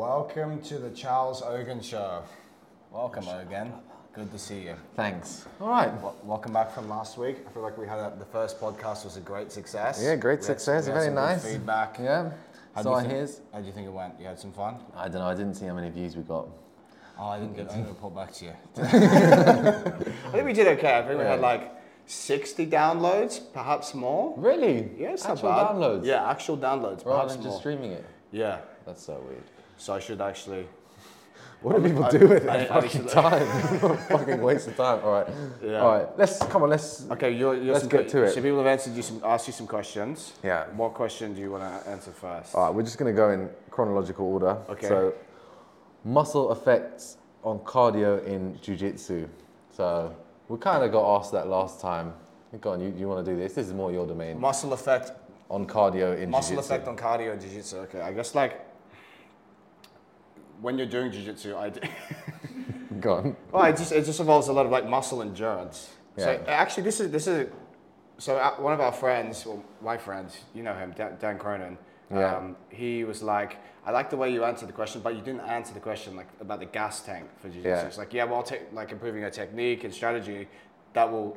Welcome to the Charles Ogan Show. Welcome, Ogan. Good to see you. Thanks. All right. Wel- welcome back from last week. I feel like we had a, the first podcast was a great success. Yeah, We great had- success. we had Very some good nice. feedback. Yeah. How'd so you I think- hears. How do you think it went? You had some fun? I don't know. I didn't see how many views we got. Oh, I didn't get. Mm-hmm. I'm gonna report back to you. I think we did okay. I think we had like 60 downloads, perhaps more. Really? Yeah, it's Actual not bad. downloads. Yeah, actual downloads, Rather perhaps than more. just streaming it. yeah. That's so weird. So I should actually. What do people I- do with I- their I fucking should- time? fucking waste of time. All right. Yeah. All right. Let's come on. Let's. Okay, you're, you're Let's some get to it. So people have answered you some, asked you some questions. Yeah. Uh, What question do you want to answer first? All right. We're just gonna go in chronological order. Okay. So, muscle effects on cardio in jujitsu. So we kind of got asked that last time. Go on. You, you want to do this? This is more your domain. Muscle effect, On cardio in muscle jiu-jitsu. effect on cardio and jiu-jitsu. Okay, I guess like when you're doing jiu-jitsu, I d- Go on. well, Oh, it just it just involves a lot of like muscle endurance. So Yeah. actually, this is this is so uh, one of our friends, well, my friend, you know him, Dan, Dan Cronin. um, Yeah. he was like, I like the way you answered the question, but you didn't answer the question like about the gas tank for jiu-jitsu. Yeah. It's like, yeah, well, ta- like improving your technique and strategy, that will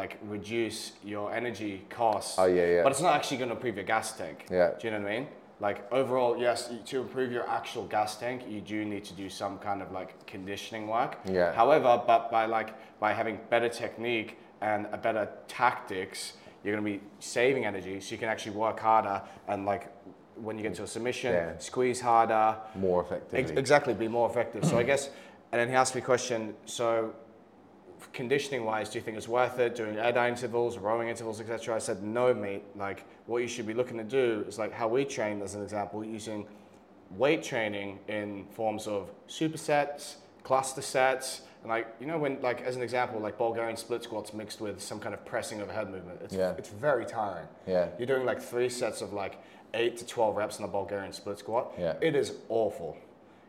like reduce your energy costs. Oh, yeah, yeah. But it's not actually going to improve your gas tank. Yeah. Do you know what I mean? Like overall, yes, you- to improve your actual gas tank, you do need to do some kind of like conditioning work. Yeah. However, but by like by having better technique and a better tactics, you're gonna be saving energy, so you can actually work harder and like when you get to a submission, Yeah. squeeze harder. More Ex- effectively. exactly, be more effective. So I guess, and then he asked me a question. So conditioning wise, do you think it's worth it doing airdown intervals, rowing intervals, etc.? I said, no, mate. Like, what you should be looking to do is like how we train, as an example, using weight training in forms of supersets, cluster sets, and like you know when like as an example, like Bulgarian split squats mixed with some kind of pressing overhead movement. It's, Yeah. it's very tiring. Yeah. You're doing like three sets of like eight to twelve reps in the Bulgarian split squat. Yeah. It is awful.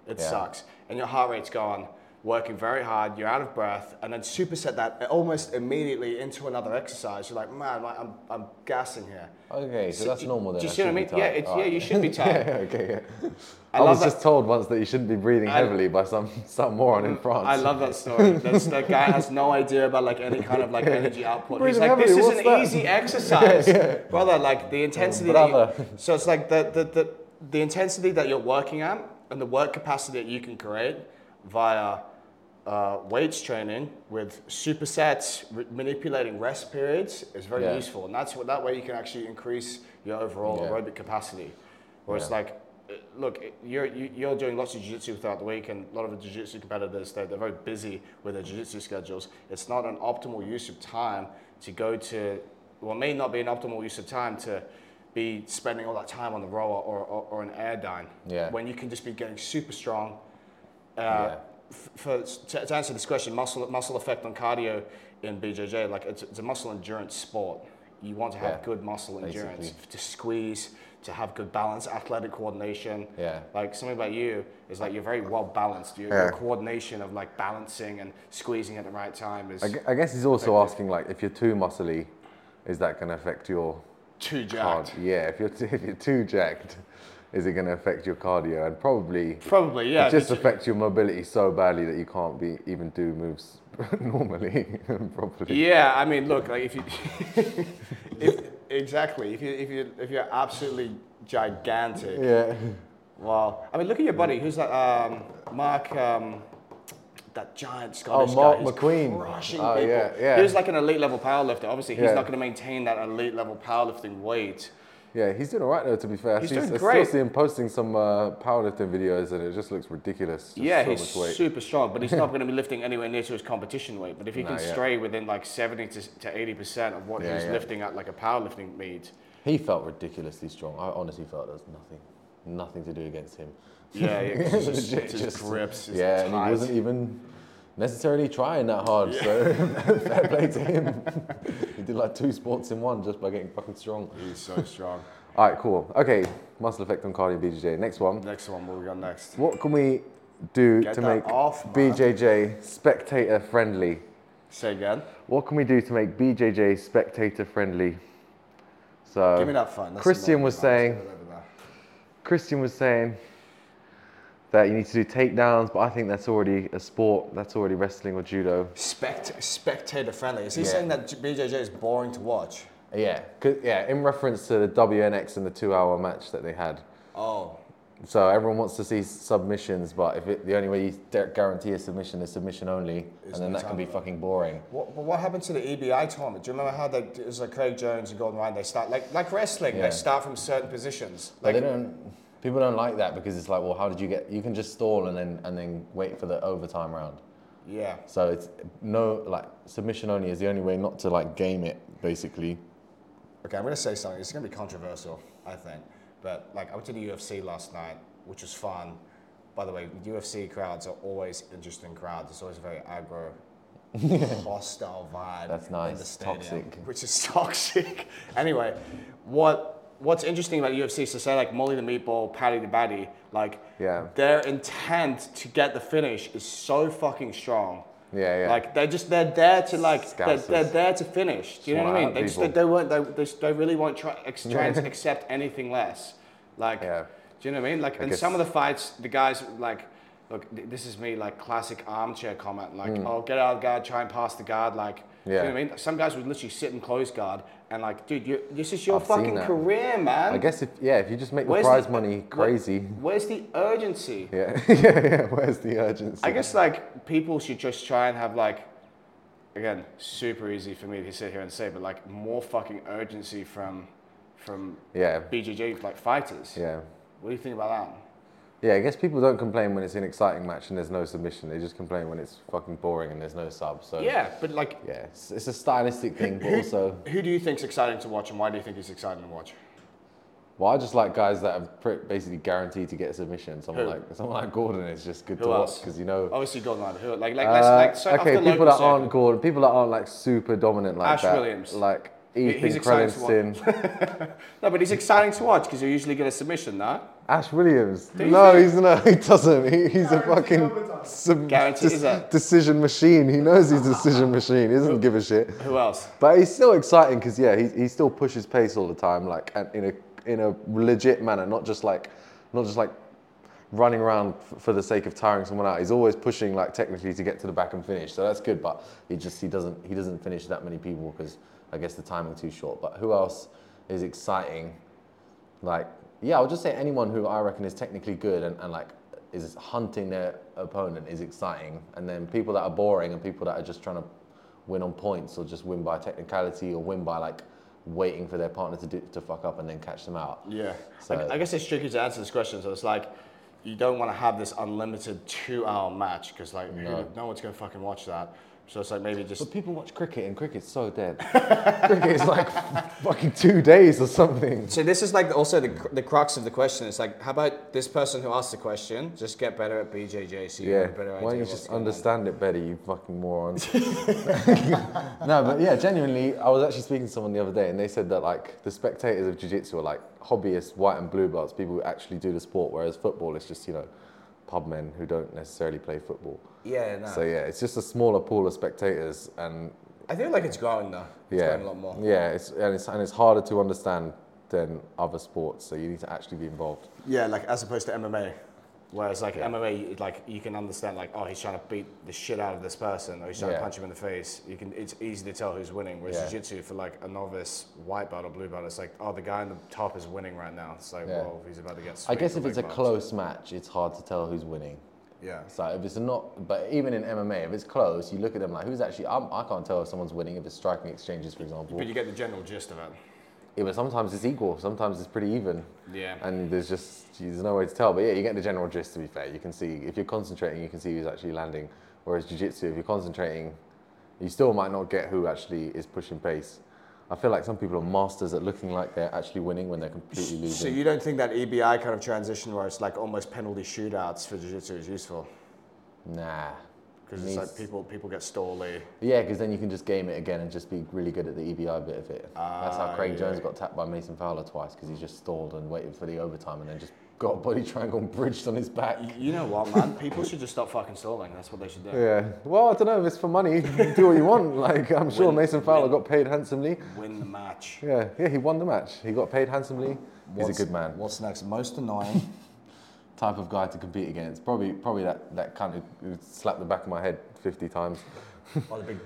It Yeah. sucks. And your heart rate's gone, working very hard, you're out of breath, and then superset that almost immediately into another exercise. You're like, man, like, I'm, I'm gassing here. Okay, so, that's you- normal then. Do you I see what I should be mean? Yeah, tired. it's, yeah, Alright. you should be tired. Yeah, okay, yeah. I I, love was that- just told once that you shouldn't be breathing I- heavily by some some moron in France. I love that story. That's, that guy has no idea about like any kind of like energy output. He's Breathing like, this heavily, is what's an that?" easy exercise, brother. Like the intensity. that you- brother. so it's like the, the the the intensity that you're working at and the work capacity that you can create via uh, weights training with supersets, r- manipulating rest periods is very Yeah. useful, and that's what that way you can actually increase your overall Yeah. aerobic capacity. Where it's Yeah. like, uh, look, it- you're you- you're doing lots of jiu-jitsu throughout the week, and a lot of the jiu-jitsu competitors they're, they're very busy with their jiu-jitsu schedules. It's not an optimal use of time to go to, well, it may not be an optimal use of time to be spending all that time on the rower or, or, or an air dine Yeah. when you can just be getting super strong uh, Yeah. f- for, to, to answer this question, muscle, muscle effect on cardio in BJJ, like it's, it's a muscle endurance sport. You want to have Yeah, good muscle endurance basically. f- to squeeze, to have good balance, athletic coordination. Yeah. Like something about you is like you're very well balanced. Your, your Yeah. coordination of like balancing and squeezing at the right time is I, gue- I guess he's also asking like if you're too muscly, is that going to affect your too card? jacked. Yeah, if you're t- if you're too jacked, is it going to affect your cardio? And probably Probably, yeah. it just but- affects your mobility so badly that you can't be even do moves normally properly. Yeah, I mean, look, like if you, if, exactly, if you if you if you're absolutely gigantic, Yeah. Wow. I mean, look at your buddy. Who's that? Um, Mark, um, that giant Scottish Oh, Mark guy. He's McQueen. Crushing Oh, people. yeah, yeah. He was like an elite level powerlifter. Obviously, he's Yeah. not going to maintain that elite level powerlifting weight. Yeah, he's doing all right though. To be fair, I He's see- doing I great. still see him posting some uh, powerlifting videos, and it just looks ridiculous. Just yeah, so he's much weight. super strong, but he's not going to be lifting anywhere near to his competition weight. But if he No, can yeah. stray within like 70 to, to 80% of what Yeah, he's yeah. lifting at like a powerlifting meet, He felt ridiculously strong. I honestly felt there was nothing, nothing to do against him. yeah, yeah 'cause it's just, Legit, it's just grips. It's yeah, tight. and he wasn't even necessarily trying that hard. So fair play to him. he did like two sports in one just by getting fucking strong. He's so strong. All right, cool. Okay, muscle effect on cardio BJJ. Next one. next one, what we got next? What can we do Get to that make off, man. BJJ spectator friendly? Say again. What can we do to make BJJ spectator friendly? So Give me that phone. That's Uh, Christian annoying. was I'll just saying- put it over there. Christian was saying that you need to do takedowns, but I think that's already a sport. That's already wrestling or judo. Spect- spectator friendly. Is he Yeah. saying that BJJ is boring to watch? Yeah, 'cause- yeah. In reference to the WNX and the two-hour match that they had, Oh, so everyone wants to see submissions, but if it, the only way you de- guarantee a submission is submission only, and then no that can be time. fucking boring. What, but what happened to the E EBI tournament? Do you remember how they, it was like Craig Jones and Gordon Ryan? They start like like wrestling. Yeah. They start from certain positions. But Like they don't. People don't like that because it's like, well, how did you get? You can just stall and then and then wait for the overtime round. yeah, So it's no like submission only is the only way not to like game it basically. Okay, I'm gonna say something. It's gonna be controversial, I think. But like, I went to the UFC last night, which was fun. By the way, UFC crowds are always interesting crowds. It's always a very aggro, hostile vibe. That's in nice. the stadium, Toxic. Which is toxic. anyway, what what's interesting about UFC? So say like Molly the Meatball, Patty the Batty, like Yeah. their intent to get the finish is so fucking strong. Yeah, yeah. Like they're just they're there to like they're, Scousers. they're there to finish. Do you know what I mean? Smart They just people. they weren't they, they, they really weren't try, ex, trying to accept anything less. Like, Yeah. do you know what I mean? Like, in guess- some of the fights, the guys like, look, th- this is me like classic armchair comment. Like, oh, get out of guard, try and pass the guard. Like, do you know Hmm. Yeah. what I mean? Some guys would literally sit in close guard and like, dude, you, this is your I've seen fucking that. career, man. I guess if yeah, if you just make the Where's the- prize money crazy. Where's the urgency? Yeah, yeah, yeah. Where's the urgency? I guess like people should just try and have like, again, super easy for me to sit here and say, but like more fucking urgency from, from Yeah, BJJ like fighters. yeah, What do you think about that? yeah. I guess people don't complain when it's an exciting match and there's no submission. They just complain when it's fucking boring and there's no sub. So Yeah, but like, yeah, it's, it's a stylistic thing, but also. who do you think's exciting to watch, and why do you think he's exciting to watch? Well, I just like guys that are pre- basically guaranteed to get a submission. Someone Who? like someone like Gordon is just good Who to watch else? because you know. Obviously, Gordon Ryan. Who like like, Uh, like so okay, after people local that circuit- aren't Gordon, people that aren't like super dominant like Ash that. Williams. Like he's Ethan exciting to watch. Credenson. No, but he's exciting to watch because you usually get a submission, no? Ash Williams. you no, think- he's no, he doesn't. He, he's a Guaranteed fucking overtime. sub- Guaranteed, is that- decision machine. He knows he's a decision machine. He doesn't give a shit. Who else? But he's still exciting because yeah, he, he still pushes pace all the time, like and in a in a legit manner, not just like not just like running around f- for the sake of tiring someone out. He's always pushing like technically to get to the back and finish, so that's good. But he just he doesn't he doesn't finish that many people because I guess the timing's too short. But who else is exciting? Like yeah, I'll just say anyone who I reckon is technically good and, and like is hunting their opponent is exciting, and then people that are boring and people that are just trying to win on points or just win by technicality or win by like waiting for their partner to do, to fuck up and then catch them out. Yeah. So- I, I guess it's tricky to answer this question. So it's like, you don't want to have this unlimited two-hour match because like who- no. one's gonna fucking watch that. So it's like maybe just But people watch cricket and cricket's so dead. cricket is like fucking two days or something. So this is like also the, cr- the crux of the question. It's like, how about this person who asked the question just get better at BJJ so you Yeah, have a better idea. why don't you of what's just going on? understand it better, you fucking morons? no, but yeah, genuinely, I was actually speaking to someone the other day, and they said that like the spectators of jiu-jitsu are like hobbyists, white and blue belts, people who actually do the sport, whereas football is just you know pub men who don't necessarily play football. Yeah, no. So yeah, it's just a smaller pool of spectators, and I feel like it's growing though. It's yeah, growing a lot more. yeah, it's and it's and it's harder to understand than other sports. So you need to actually be involved. Yeah, like as opposed to MMA. Whereas like MMA, you- like you can understand like, oh, he's trying to beat the shit out of this person, or he's trying Yeah. to punch him in the face. You can, it's easy to tell who's winning. Whereas Yeah. jiu-jitsu for like a novice white belt or blue belt, it's like, oh, the guy on the top is winning right now. It's like, Yeah. well, he's about to get. I swept guess with if it's a leg bumps. close match, it's hard to tell who's winning. Yeah. So if it's not, but even in MMA, if it's close, you look at them like who's actually. I'm, I can't tell if someone's winning if it's striking exchanges, for example. But you get the general gist of it. Yeah, but sometimes it's equal. Sometimes it's pretty even. Yeah. And there's just there's no way to tell. But yeah, you get the general gist. To be fair, you can see if you're concentrating, you can see who's actually landing. Whereas jiu-jitsu, if you're concentrating, you still might not get who actually is pushing pace. I feel like some people are masters at looking like they're actually winning when they're completely losing. So you don't think that EBI kind of transition where it's like almost penalty shootouts for jiu-jitsu is useful? nah. Because Needs- it's like people people get stally. Yeah, because then you can just game it again and just be really good at the EBI bit of it. That's how Ah, Craig yeah. Jones got tapped by Mason Fowler twice because he just stalled and waited for the overtime and then just got a body triangle and bridged on his back. You know what, man? People should just stop fucking stalling. That's what they should do. Yeah. Well, I don't know. If it's for money, do what you want. Like I'm sure Win- Mason Fowler got paid handsomely. Win the match. Yeah. Yeah. He won the match. He got paid handsomely. He's a good man. What's next? Most annoying type of guy to compete against. Probably, probably that, that kind of who slapped the back of my head 50 times. Or the big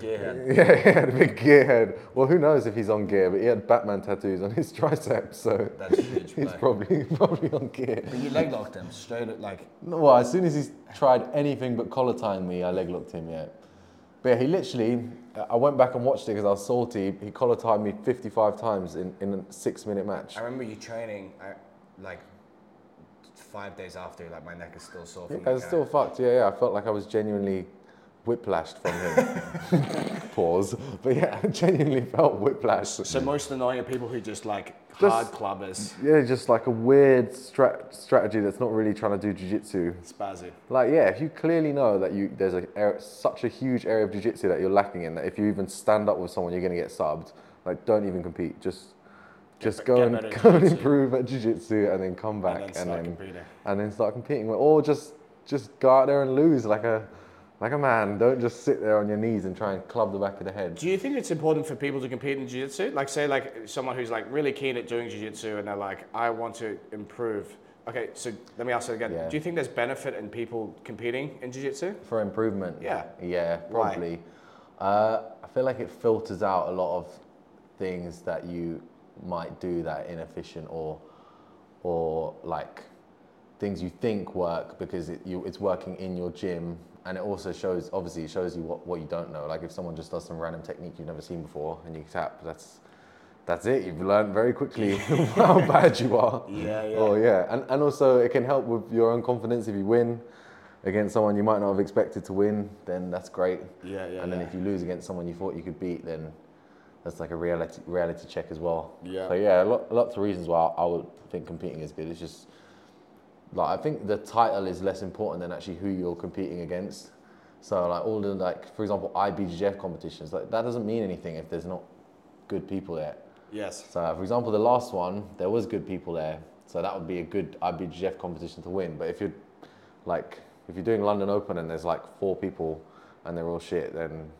gearhead. Yeah, he had a big gearhead. Well, who knows if he's on gear, but he had Batman tattoos on his triceps, so That's a huge he's play. probably probably on gear. But you leg locked him straight at like No, well, as soon as he's tried anything but collar tying me, I leg locked him, yeah. But yeah, he literally, I went back and watched it because I was salty. He collar tied me 55 times in, in a six minute match. I remember you training uh, I, like five days after, like my neck is still sore from I the was still fucked, yeah, yeah. I felt like I was genuinely whiplashed from him. Pause. But yeah, I genuinely felt whiplash. So most annoying are people who just like Just- hard clubbers, Yeah, just like a weird strat- strategy that's not really trying to do jujitsu. spazzy. Like, yeah, if you clearly know that you there's a air- such a huge area of jiu-jitsu that you're lacking in that if you even stand up with someone, you're gonna get subbed. Like, don't even compete. Just just be- go get and better at go and jiu-jitsu. improve at jiu-jitsu and then come back and then start then, competing. and then start competing. Or just just go out there and lose like a like a man. Don't just sit there on your knees and try and club the back of the head. Do you think it's important for people to compete in jiu-jitsu? Like say like someone who's like really keen at doing jiu-jitsu and they're like, I want to improve. Okay, so let me ask that again. Yeah. Do you think there's benefit in people competing in jiu-jitsu? For improvement. Yeah. Yeah, Why? probably. Uh, I feel like it filters out a lot of things that you might do that are inefficient or or like things you think work because it, you, it's working in your gym and it also shows obviously it shows you what, what you don't know like if someone just does some random technique you've never seen before and you tap that's that's it you've learned very quickly how bad you are Yeah, yeah. oh yeah and, and also it can help with your own confidence if you win against someone you might not have expected to win then that's great Yeah, yeah, and then yeah. if you lose against someone you thought you could beat then that's like a reality reality check as well Yeah. so yeah a lot, lots of reasons why I would think competing is good it's just like I think the title is less important than actually who you're competing against. So like all the like for example IBJJF competitions like that doesn't mean anything if there's not good people there. Yes. So for example the last one there was good people there, so that would be a good IBJJF competition to win. But if you're like if you're doing London Open and there's like four people and they're all shit, then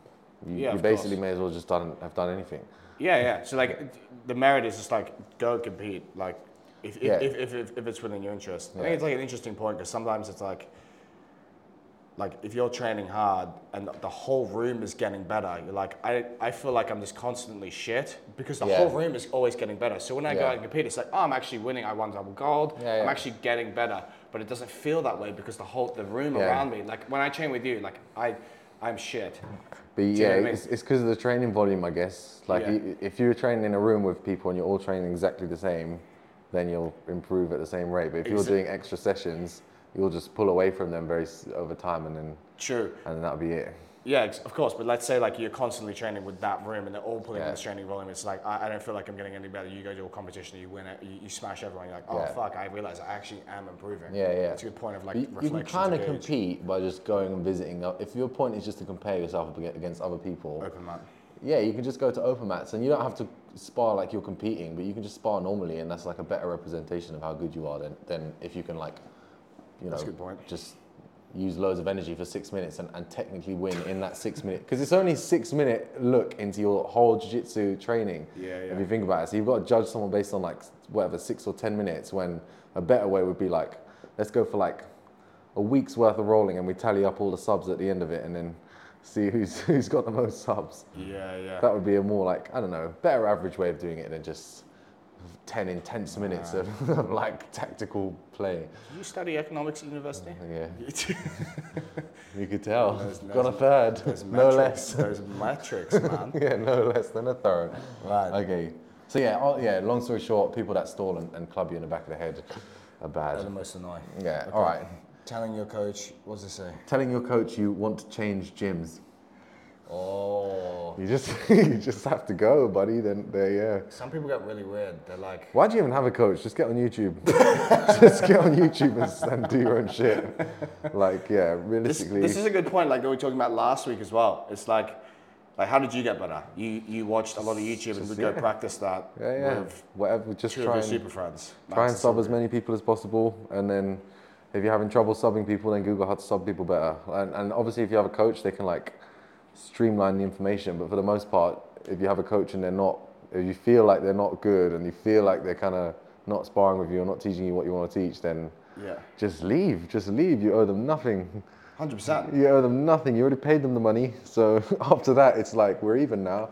you, Yeah, you of basically course. may as well just done have done anything. Yeah, yeah. So like the merit is just like go compete. Like if if, Yeah. if, if, if, if it's within your interest. I Yeah. think it's like an interesting point because sometimes it's like like if you're training hard and the whole room is getting better, you're like, I, I feel like I'm just constantly shit because the Yeah. whole room is always getting better. So when I go Yeah. out and compete, it's like, oh, I'm actually winning. I won double gold. Yeah, I'm yeah. actually getting better, but it doesn't feel that way because the whole the room Yeah. around me. Like when I train with you, like I, I'm shit. Mm. But you know yeah, what I mean? it's because of the training volume, I guess. Like, Yeah. i- if you're training in a room with people and you're all training exactly the same, then you'll improve at the same rate. But if you're Exa- doing extra sessions, you'll just pull away from them very s- over time, and then True. and then that'll be it. Yeah, ex- of course. But let's say like you're constantly training with that room and they're all putting on Yeah. this training volume. It's like I, I don't feel like I'm getting any better. You go to a competition, you win it, you, you smash everyone. You're like, oh Yeah. fuck, I realize I actually am improving. Yeah, yeah. It's a good point of like you, you reflection. can to kind of gauge. compete by just going and visiting. Uh, If your point is just to compare yourself up aga- against other people, Open mat. yeah, you can just go to open mats, and you don't have to spar like you're competing, but you can just spar normally, and that's like a better representation of how good you are than than if you can like, you know, That's a good point. just use loads of energy for six minutes and, and technically win in that six minute because it's only six minute look into your whole jiu-jitsu training Yeah, if yeah. you think about it so you've got to judge someone based on like s- whatever six or ten minutes when a better way would be like let's go for like a week's worth of rolling and we tally up all the subs at the end of it and then see who's who's got the most subs Yeah, yeah. that would be a more like i don't know better average way of doing it than just 10 intense minutes of, of like tactical play Did you study economics at university? Oh, yeah It's- you could tell. Those- Got a those- third, those no metrics- less. Those metrics, man. yeah, no less than a third. Right. Okay. So yeah, oh, yeah. Long story short, people that stall and, and club you in the back of the head are They're the Um, bad. most annoying. Yeah. All right. Telling your coach, what's it say? Telling your coach you want to change gyms. Oh. You just you just have to go, buddy. Then there, yeah. Some people get really weird. They're like, Why do you even have a coach? Just get on YouTube. just get on YouTube and, s- and do your own shit. Like yeah, This, realistically. this is a good point, like that we were talking about last week as well. It's like, like how did you get better? You you watched a lot of YouTube and Just- would go yeah. practice that yeah, yeah. with Whatever. Just two try of and. your super friends. try and Max sub as many people as possible and then if you're having trouble subbing people then google how to sub people better and, and obviously if you have a coach they can like streamline the information but for the most part if you have a coach and they're not if you feel like they're not good and you feel like they're kind of not sparring with you or not teaching you what you want to teach then and- Yeah. Just leave. Just leave. You owe them nothing. Hundred percent. You owe them nothing. You already paid them the money. So after that, it's like we're even now.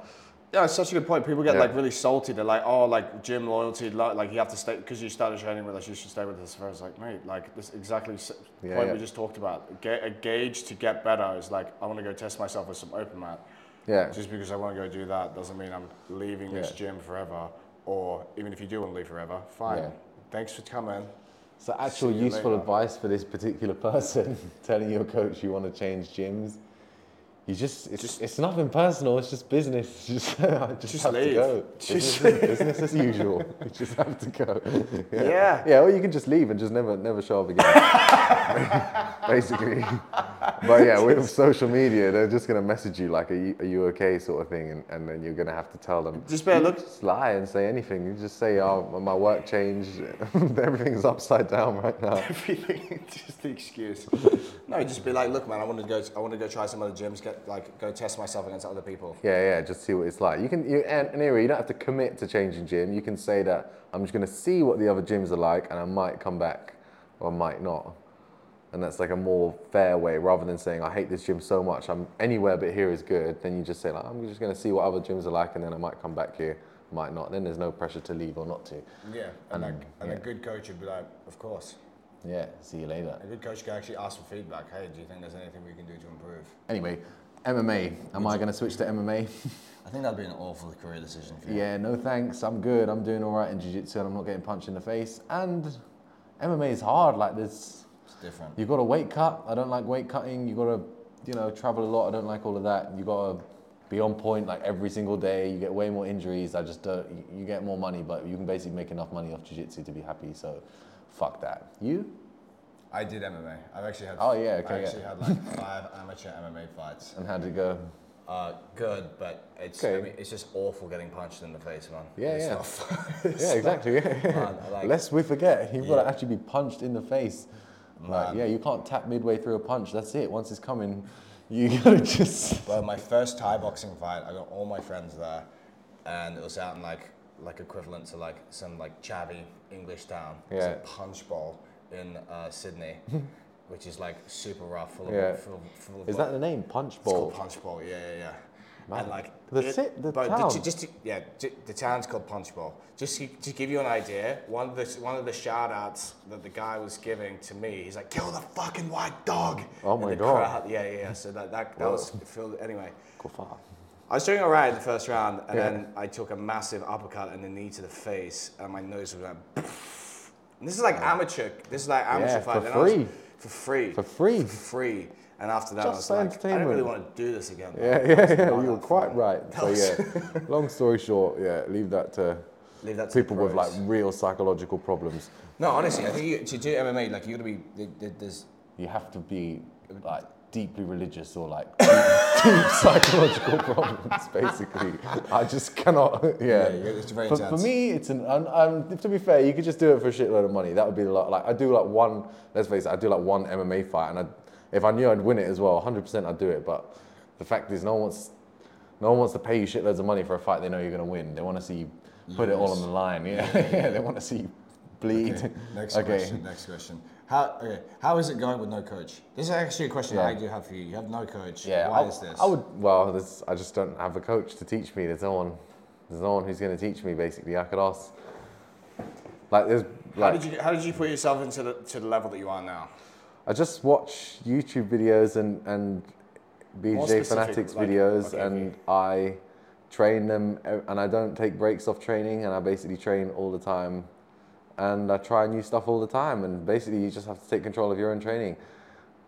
Yeah, it's such a good point. People get Yeah. like really salty. They're like, oh, like gym loyalty, lo- like you have to stay because you started training with us. You should stay with us. I was like, mate, like this exactly s Yeah, point yeah. we just talked about. Ga- a gauge to get better is like I want to go test myself with some open mat. Yeah. Just because I want to go do that doesn't mean I'm leaving this Yeah. gym forever. Or even if you do want to leave forever, fine. Yeah. Thanks for coming. So actual See you useful later. advice for this particular person telling your coach you want to change gyms. You just it's, Just- it's nothing personal. It's just business. You just I just, Just have leave. to go. Just business, is business as usual. You just have to go. Yeah. Yeah. or you can just leave and just never never show up again. Basically. But yeah, with social media, they're just gonna message you like, "Are you, are you okay?" sort of thing, and, and then you're gonna have to tell them. Just better look. Just lie and say anything. You just say, "Oh, my work changed. Everything's upside down right now." everything just the excuse no just be like look man i want to go i want to go try some other gyms get like go test myself against other people Yeah, yeah, just see what it's like. You can, you, and, and anyway, you don't have to commit to changing gym. You can say that I'm just going to see what the other gyms are like and I might come back or I might not. And that's like a more fair way rather than saying, I hate this gym so much, I'm anywhere but here is good. Then you just say, like, I'm just going to see what other gyms are like and then I might come back here, might not. Then there's no pressure to leave or not to. yeah and, like and a good coach would be like of course Yeah, see you later. a good coach can actually ask for feedback hey do you think there's anything we can do to improve Anyway, MMA. Am I going to switch to MMA? I think that'd be an awful career decision for you. Yeah, no thanks. I'm good. I'm doing all right in jiu-jitsu and I'm not getting punched in the face. And MMA is hard. Like there's It's different. you got to weight cut. I don't like weight cutting. You got to you know travel a lot. I don't like all of that. You got to be on point like every single day. You get way more injuries. I just don't you- you get more money, but you can basically make enough money off jiu-jitsu to be happy. So fuck that. You? I did MMA. I've actually had. Oh, yeah, okay, I actually yeah. had like five amateur MMA fights. And how would it go? Uh, good, but it's. I Okay. mean, it's just awful getting punched in the face, man. Yeah, It's yeah. not fun. Yeah, exactly. Man, I like- Lest we forget, you've got Yeah. to actually be punched in the face. Like, Man. yeah, you can't tap midway through a punch. That's it. Once it's coming, you gotta just. Well, my first Thai boxing fight, I got all my friends there, and it was out in like like equivalent to like some like chavvy English town. It's Yeah. a punch bowl in uh, Sydney, which is like super rough, full of Yeah. full, full of Is that the name? Punch It's bowl. called Punch Bowl. Yeah, yeah, yeah. Man. And like The ci- the but town. ju- just to, yeah j- the town's called punch bowl just to, to give you an idea one of the one of the shout outs that the guy was giving to me he's like kill the fucking white dog Oh In my the God. crowd. yeah yeah yeah so that that, that was filled anyway Go far. I was doing all right in the first round, and Yeah. then I took a massive uppercut and a knee to the face, and my nose was like. And this is like amateur. This is like amateur Yeah, fight. for and I was- free. for free. For free. For free. And after that, Just for I was like, I don't really entertainment. want to do this again. Yeah, yeah, yeah. not You were that quite fun. right. So yeah. Long story short, yeah, leave that to Leave that to the people with like pros. real psychological problems. no, honestly, I think you, to do MMA, like you gotta be there- there- there's You have to be like deeply religious or like deep, deep psychological problems. Basically, I just cannot. yeah, Yeah. you- it's very For, intense. for me, it's an. Um, um, to be fair, you could just do it for a shitload of money. That would be a lot. Like I do like one. Let's face it, I do like one MMA fight, and I, if I knew I'd win it as well, 100% I'd do it. But the fact is, no one wants, no one wants to pay you shitloads of money for a fight they know you're gonna win. They want to see you put it all on the line. Yeah, yeah. They want to see you bleed. Okay, next question. Next question. How okay? How is it going with no coach? This is actually a question I do have for you. You have no coach. Yeah. Why I, is this? I would. Well, this, I just don't have a coach to teach me. There's no one. There's no one who's gonna teach me. Basically, I could ask. Like there's How like. did you How did you put yourself into the to the level that you are now? I just watch YouTube videos and, and More BJ specific, Fanatics like- videos, okay, and I train them, e- and I don't take breaks off training, and I basically train all the time, and I try new stuff all the time, and basically you just have to take control of your own training.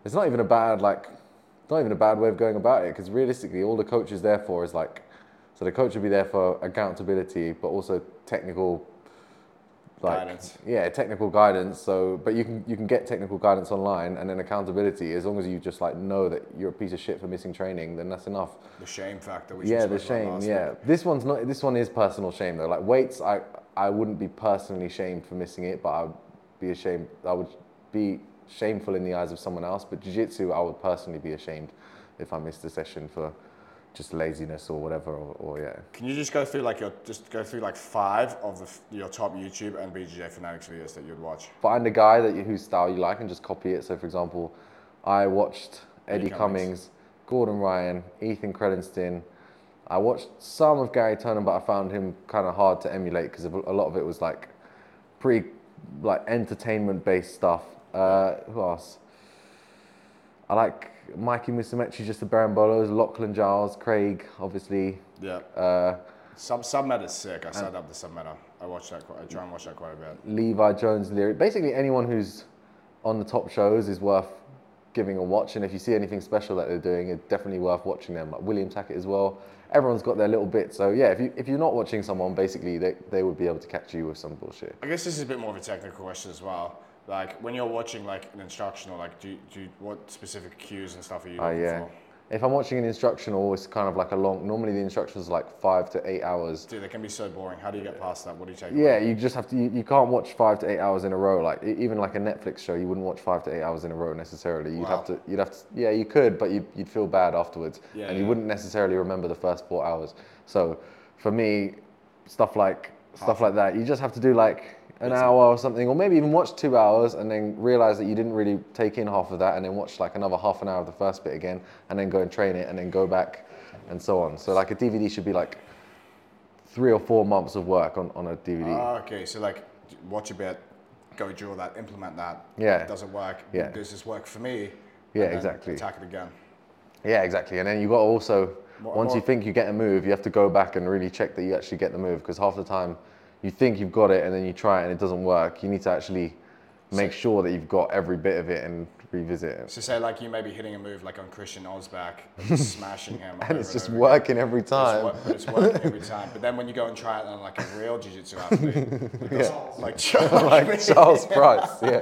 It's not even a bad like, not even a bad way of going about it, because realistically, all the coach is there for is like, so the coach would be there for accountability, but also technical like Guidance. yeah technical guidance so but you can you can get technical guidance online and then accountability as long as you just like know that you're a piece of shit for missing training then that's enough The shame factor. Which yeah we the spoke about shame last yeah this one's not this one is personal shame though like weights i i wouldn't be personally shamed for missing it but i would be ashamed i would be shameful in the eyes of someone else but jiu-jitsu i would personally be ashamed if i missed a session for just laziness or whatever, or, or yeah. Can you just go through like your just go through like five of the, f- your top YouTube and BGJ fanatics videos that you'd watch? find a guy that you, whose style you like and just copy it. So, for example, I watched Eddie Cummings. Cummings, Gordon Ryan, Ethan Credenstein. I watched some of Gary Turner, but I found him kind of hard to emulate because a a lot of it was like pretty like entertainment-based stuff. Uh, who else? I like Mikey Musumeci, just the Barambolos, Lachlan Giles, Craig, obviously. Yeah. Uh, Sub submet is sick. I signed up to submeta. I watch that. Quite, I try and watch that quite a bit. Levi Jones lyric. Basically, anyone who's on the top shows is worth giving a watch. And if you see anything special that they're doing, it's definitely worth watching them. Like William Tackett as well. Everyone's got their little bit. So yeah, if you if you're not watching someone, basically they, they would be able to catch you with some bullshit. I guess this is a bit more of a technical question as well. Like when you're watching like an instructional, like do you, do you, what specific cues and stuff are you Oh looking yeah. for? If I'm watching an instructional, it's kind of like a long. Normally the instructions are like five to eight hours. Dude, they can be so boring. How do you get past that? What do you take? Yeah, you just have to. You, you can't watch five to eight hours in a row. Like e- even like a Netflix show, you wouldn't watch five to eight hours in a row necessarily. You'd Wow. have to. You'd have to. Yeah, you could, but you'd, you'd feel bad afterwards, Yeah, and you yeah. wouldn't necessarily remember the first four hours. So, for me, stuff like stuff like that, you just have to do like an hour or something, or maybe even watch two hours and then realize that you didn't really take in half of that, and then watch like another half an hour of the first bit again, and then go and train it, and then go back, and so on. So like a DVD should be like. Three or four months of work on, on a DVD. Ah, okay, so like d- watch a bit, go draw that, implement that. Yeah. It doesn't work. Yeah. Does this work for me? And Yeah, then exactly. Attack it again. Yeah, exactly. And then you got to also, More- once you more- think you get a move, you have to go back and really check that you actually get the move because half the time you think you've got it and then you try it and it doesn't work. You need to actually make sure that you've got every bit of it and revisit it. So say like you may be hitting a move like on Christian Osback, but just smashing him. And it's over just over working every It's, time. wor- but it's working every time. But then when you go and try it on like a real jiu-jitsu athlete, like, like, Charles, like Charles Price, yeah.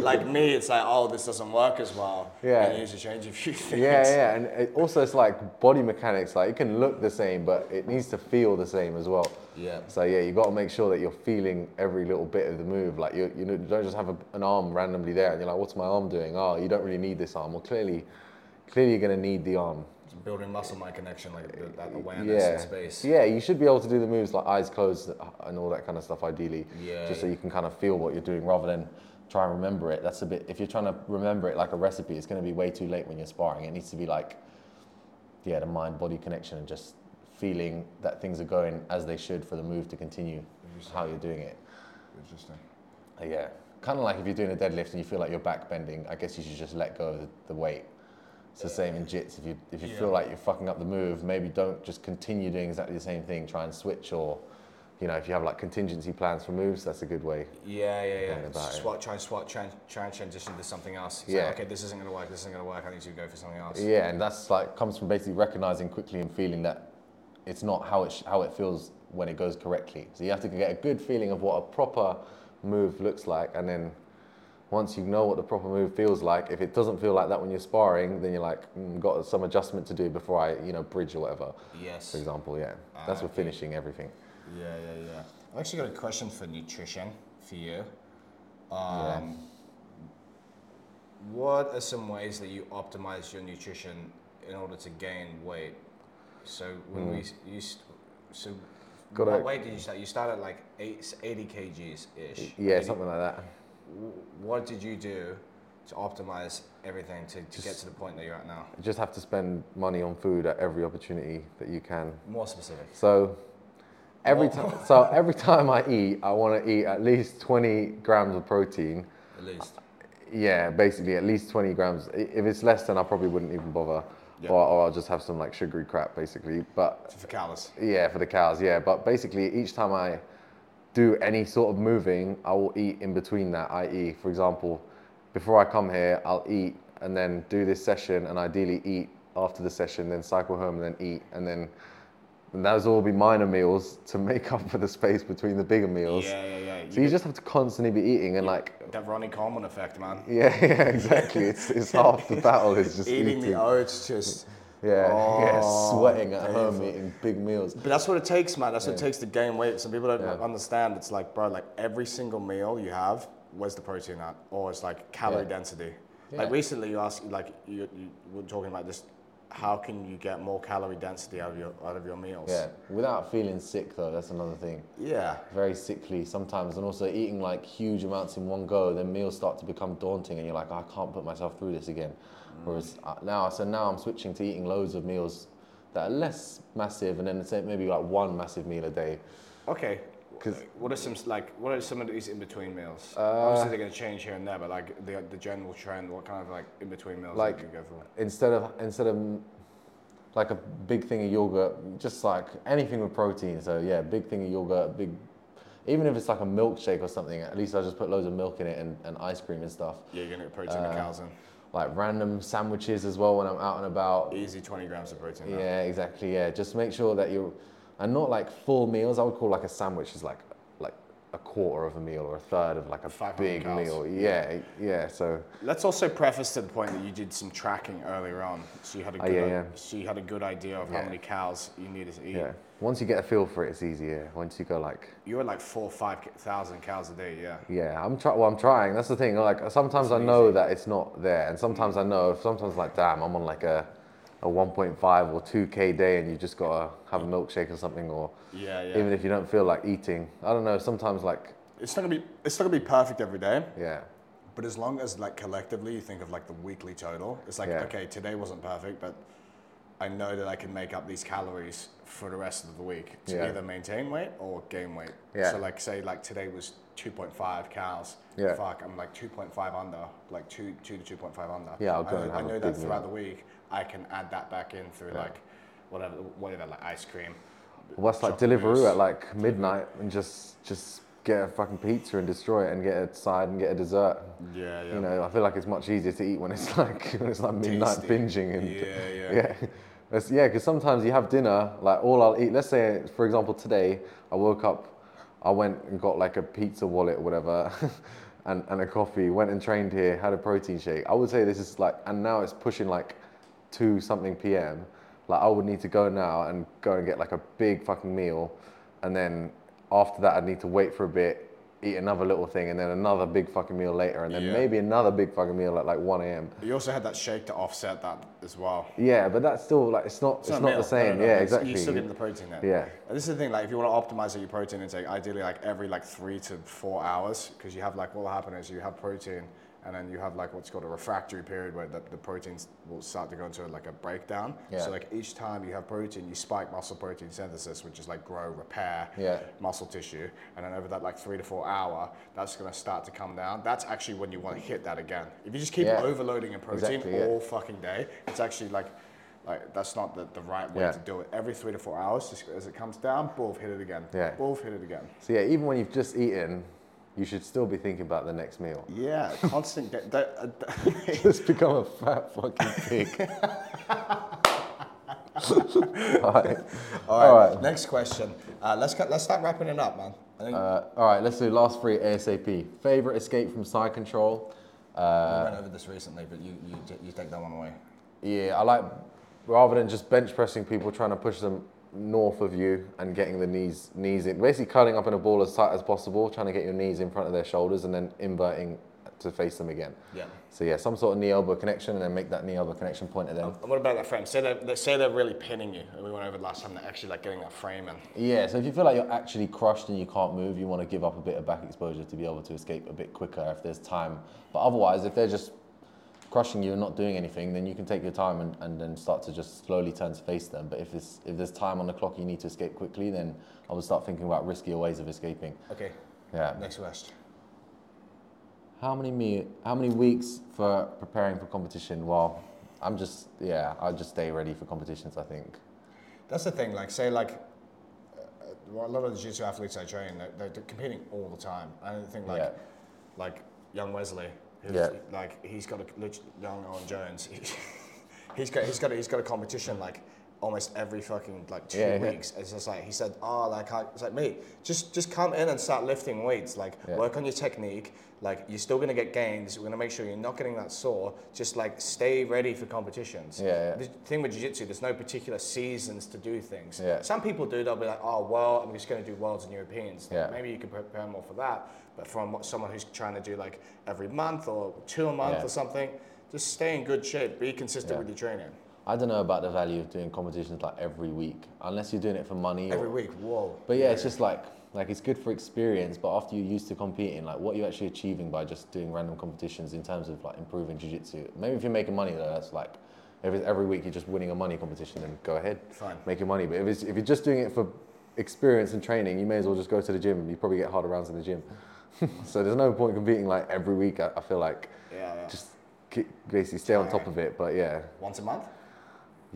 like me, it's like, oh, this doesn't work as well. Yeah. And you need to change a few things. Yeah, yeah, and it also it's like body mechanics. Like it can look the same, but it needs to feel the same as well. Yeah. So yeah, you got to make sure that you're feeling every little bit of the move. Like you, you don't just have a, an arm randomly there, and you're like, "What's my arm doing?" Oh, you don't really need this arm. Well, clearly, clearly you're gonna need the arm. It's building muscle mind connection, like the, that awareness Yeah. and space. Yeah, you should be able to do the moves like eyes closed and all that kind of stuff. Ideally, Yeah, just so yeah. you can kind of feel what you're doing rather than try and remember it. That's a bit. If you're trying to remember it like a recipe, it's going to be way too late when you're sparring. It needs to be like, yeah, the mind-body connection and just feeling that things are going as they should for the move to continue. How you're doing it. Interesting. Uh, Yeah. Kind of like if you're doing a deadlift and you feel like you're back bending, I guess you should just let go of the, the weight. It's the same in jits. If you if you feel like you're fucking up the move, maybe don't just continue doing exactly the same thing. Try and switch, or you know, if you have like contingency plans for moves, that's a good way. Yeah, yeah, yeah. Thinking about it. Swat, try and swat, try and, try and transition to something else. It's Yeah. Like, okay, this isn't gonna work. This isn't gonna work. I need to go for something else. Yeah, and that's like comes from basically recognizing quickly and feeling that it's not how it sh- how it feels when it goes correctly. So you have to get a good feeling of what a proper move looks like, and then once you know what the proper move feels like, if it doesn't feel like that when you're sparring, then you're like mm, got some adjustment to do before I you know bridge or whatever. Yes. For example, yeah, that's for finishing everything. Yeah, yeah, yeah. I've actually got a question for nutrition for you. Um, What are some ways that you optimize your nutrition in order to gain weight? So when we s- you s- so Got what a- weight did you start? You started like eight, 80 kgs ish. Yeah, something like that. What did you do to optimize everything to, to get to the point that you're at now? You just have to spend money on food at every opportunity that you can. More specific. So every time, so every time I eat, I want to eat at least 20 grams of protein. At least. Yeah, basically at least 20 grams. I- If it's less, then I probably wouldn't even bother, or, or I'll just have some like sugary crap, basically. But For callous. yeah, for the cows, yeah. But basically, each time I do any sort of moving, I will eat in between that. I.e., for example, before I come here, I'll eat and then do this session, and ideally eat after the session, then cycle home, and then eat, and then and those will all be minor meals to make up for the space between the bigger meals. Yeah, yeah, yeah. So you just have to constantly be eating and like. That Ronnie Coleman effect, man. Yeah, yeah, exactly. It's, it's half the battle is just Eating, eating. the oats, just. yeah, yeah, Oh, sweating at home, painful. eating big meals. But that's what it takes, man. That's what it takes to gain weight. Some people don't understand. It's like, bro, like every single meal you have, where's the protein at? Or it's like calorie Yeah. density. Yeah. Like recently, you asked, like you, you were talking about this how can you get more calorie density out of your out of your meals? Yeah, without feeling sick though, that's another thing. Yeah. Very sickly sometimes, and also eating like huge amounts in one go, then meals start to become daunting, and you're like, I can't put myself through this again. Whereas uh, now, so now I'm switching to eating loads of meals that are less massive, and then say maybe like one massive meal a day. Okay. 'Cause- What are some like what are some of these in between meals? Uh, Obviously they're gonna change here and there, but like the the general trend, what kind of like in between meals Like- do you go for? instead of instead of like a big thing of yogurt, just like anything with protein. So yeah, big thing of yogurt, big. Even if it's like a milkshake or something, at least I just put loads of milk in it and, and ice cream and stuff. Yeah, you're gonna get protein Uh, and cows in. Like random sandwiches as well when I'm out and about. Easy twenty grams of protein. now. Yeah, exactly. Yeah, just make sure that you're, and not like full meals. I would call like a sandwich is like like a quarter of a meal or a third of like a 500 big calories. meal. Yeah, yeah. So Let's also preface to the point that you did some tracking earlier on, so you had a good, Oh, yeah, yeah. so you had a good idea of how Yeah. many cows you needed to eat. yeah, once you get a feel for it, it's easier. Once you go like You were like four, five thousand cows a day, yeah. Yeah, I'm try- well, I'm trying. That's the thing. Like sometimes I know that it's not there, and sometimes I know. Sometimes like, damn, I'm on like a, a 1.5 or 2k day, and you just gotta have a milkshake or something, or Yeah, yeah. even if you don't feel like eating. I don't know. Sometimes like, it's not gonna be, it's not gonna be perfect every day, yeah, but as long as like collectively you think of like the weekly total, it's like Yeah. okay, today wasn't perfect, but I know that I can make up these calories for the rest of the week to Yeah. either maintain weight or gain weight. Yeah. So like say like today was 2.5 cows. Yeah. Fuck, I'm like 2.5 under, like two two to 2.5 under. Yeah, I'll I go know, and I have a know big that meal. throughout the week I can add that back in through like whatever whatever like ice cream. well, that's like Chocolate mousse. Deliveroo at like midnight, and just just get a fucking pizza and destroy it, and get a side and get a dessert. Yeah, yeah. You know, I feel like it's much easier to eat when it's like when it's like midnight Tasty. binging and Yeah, yeah. yeah. That's, yeah, because sometimes you have dinner, like all I'll eat. Let's say, for example, today I woke up, I went and got like a pizza wallet or whatever, and, and a coffee, went and trained here, had a protein shake. I would say this is like, and now it's pushing like 2 something p.m. Like I would need to go now and go and get like a big fucking meal, and then after that I'd need to wait for a bit, eat another little thing, and then another big fucking meal later, and then Yeah. maybe another big fucking meal at like 1 a.m. You also had that shake to offset that as well. Yeah, but that's still like it's not it's, not, a the meal. same. No, no, no, yeah, it's- exactly. You're still getting the protein there. Yeah. And this is the thing. Like, if you want to optimize your protein intake, ideally, like every like three to four hours, because you have like what will happen is you have protein, and then you have like what's called a refractory period where the, the proteins will start to go into like a breakdown. Yeah. So like each time you have protein, you spike muscle protein synthesis, which is like grow, repair, Yeah. muscle tissue, and then over that like three to four hour, that's gonna start to come down. That's actually when you want to hit that again. If you just keep Yeah. overloading your protein Exactly, yeah. all fucking day, it's actually like like that's not the, the right way Yeah. to do it. Every three to four hours, just as it comes down, boom, hit it again. Yeah. Boom, hit it again. So yeah, even when you've just eaten, you should still be thinking about the next meal. Yeah, constant. Get, that, uh, Just become a fat fucking pig. all right, All right. Next question. Uh, let's cut, let's start wrapping it up, man. I think uh, all right. Let's do last three ASAP. Favorite escape from side control. Uh, we went over this recently, but you you, t- you take that one away. Yeah, I like rather than just bench pressing people, trying to push them north of you and getting the knees knees in, basically curling up in a ball as tight as possible, trying to get your knees in front of their shoulders and then inverting to face them again. Yeah. So yeah, some sort of knee elbow connection and then make that knee elbow connection point at them. what about that frame? Say they're, they say they're really pinning you, and we went over the last time. They're actually like getting that frame and Yeah, so if you feel like you're actually crushed and you can't move, you want to give up a bit of back exposure to be able to escape a bit quicker if there's time. But otherwise, if they're just crushing you and not doing anything, then you can take your time and, and then start to just slowly turn to face them. But if, it's, if there's time on the clock you need to escape quickly, then I would start thinking about riskier ways of escaping. Okay. Yeah. Next question. How many me- how many weeks for preparing for competition? Well, I'm just yeah, I'll just stay ready for competitions, I think. That's the thing. Like, say, like, uh, uh, well, a lot of the jiu-jitsu athletes I train, they're, they're competing all the time. I don't think like, Yeah. like young Wesley, who's, Yeah. like he's got a lit- young Owen Jones. he's got he's got a, he's got a competition like almost every fucking like two Yeah, yeah. weeks. It's just like he said, oh, like I, it's like mate, just just come in and start lifting weights. Like work on your technique. Like you're still gonna get gains. We're gonna make sure you're not getting that sore. Just like stay ready for competitions. Yeah, yeah. The thing with jiu-jitsu, there's no particular seasons to do things. Yeah. Some people do. They'll be like, oh, well, I'm just going to do worlds and Europeans. Like, Yeah. Maybe you could prepare more for that. But from what- someone who's trying to do like every month or two a month Yeah. or something, just stay in good shape. Be consistent Yeah. with your training. I I don't know about the value of doing competitions like every week, unless you're doing it for money. Every or, week, whoa. But yeah, it's just like like it's good for experience, but after you're used to competing, like what are you actually achieving by just doing random competitions in terms of like improving jiu-jitsu? Maybe if you're making money though, that's like if it's every week you're just winning a money competition, then go ahead, Fine. make your money. But if it's, if you're just doing it for experience and training, you may as well just go to the gym. You probably get harder rounds in the gym. so there's no point competing like every week. I, I feel like Yeah, yeah. just ki- basically stay on top of it. But yeah, Once a month?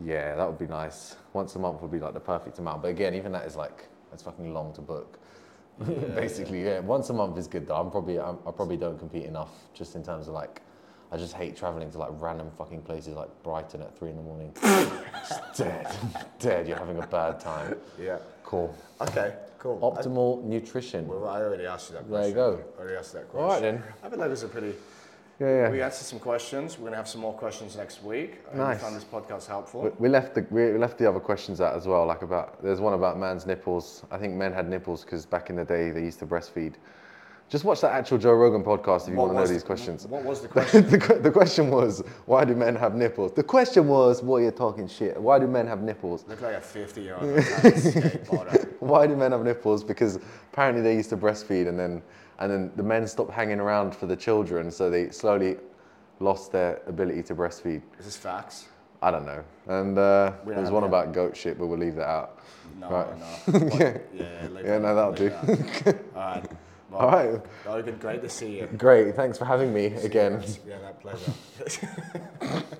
yeah, that would be nice. Once a month would be like the perfect amount. But again, even that is like that's fucking long to book. Basically, yeah. Once a month is good though. I'm probably I'm, I probably don't compete enough just in terms of like I just hate traveling to like random fucking places like Brighton at three in the morning. It's dead, dead. You're having a bad time. Yeah. Cool. Okay, cool. I- Optimal nutrition. Well, I already asked you that There you question. go. I already asked that question. All right then. I feel like this is a pretty. Yeah, We yeah. answered some questions. We're going to have some more questions next week. I hope Nice. you found this podcast helpful. We- We left the we left the other questions out as well. Like about there's one about man's nipples. I think men had nipples because back in the day they used to breastfeed. Just watch that actual Joe Rogan podcast if you want to know was these the- questions. What was the question? the, que- the question was why do men have nipples? The question was what you're talking shit. Why do men have nipples? Look like a 50 year old skateboarder. Why do men have nipples? Because apparently they used to breastfeed and then and then the men stopped hanging around for the children, so they slowly lost their ability to breastfeed. Is this facts? I don't know. And uh, We don't there's have one that. about goat shit, but we'll leave that out. No, Right. no. But, yeah, yeah, leave Yeah, that- no, that'll leave do. that. All right. Well, All right. Logan, great to see you. Great. Thanks for having me again. Yeah, that pleasure.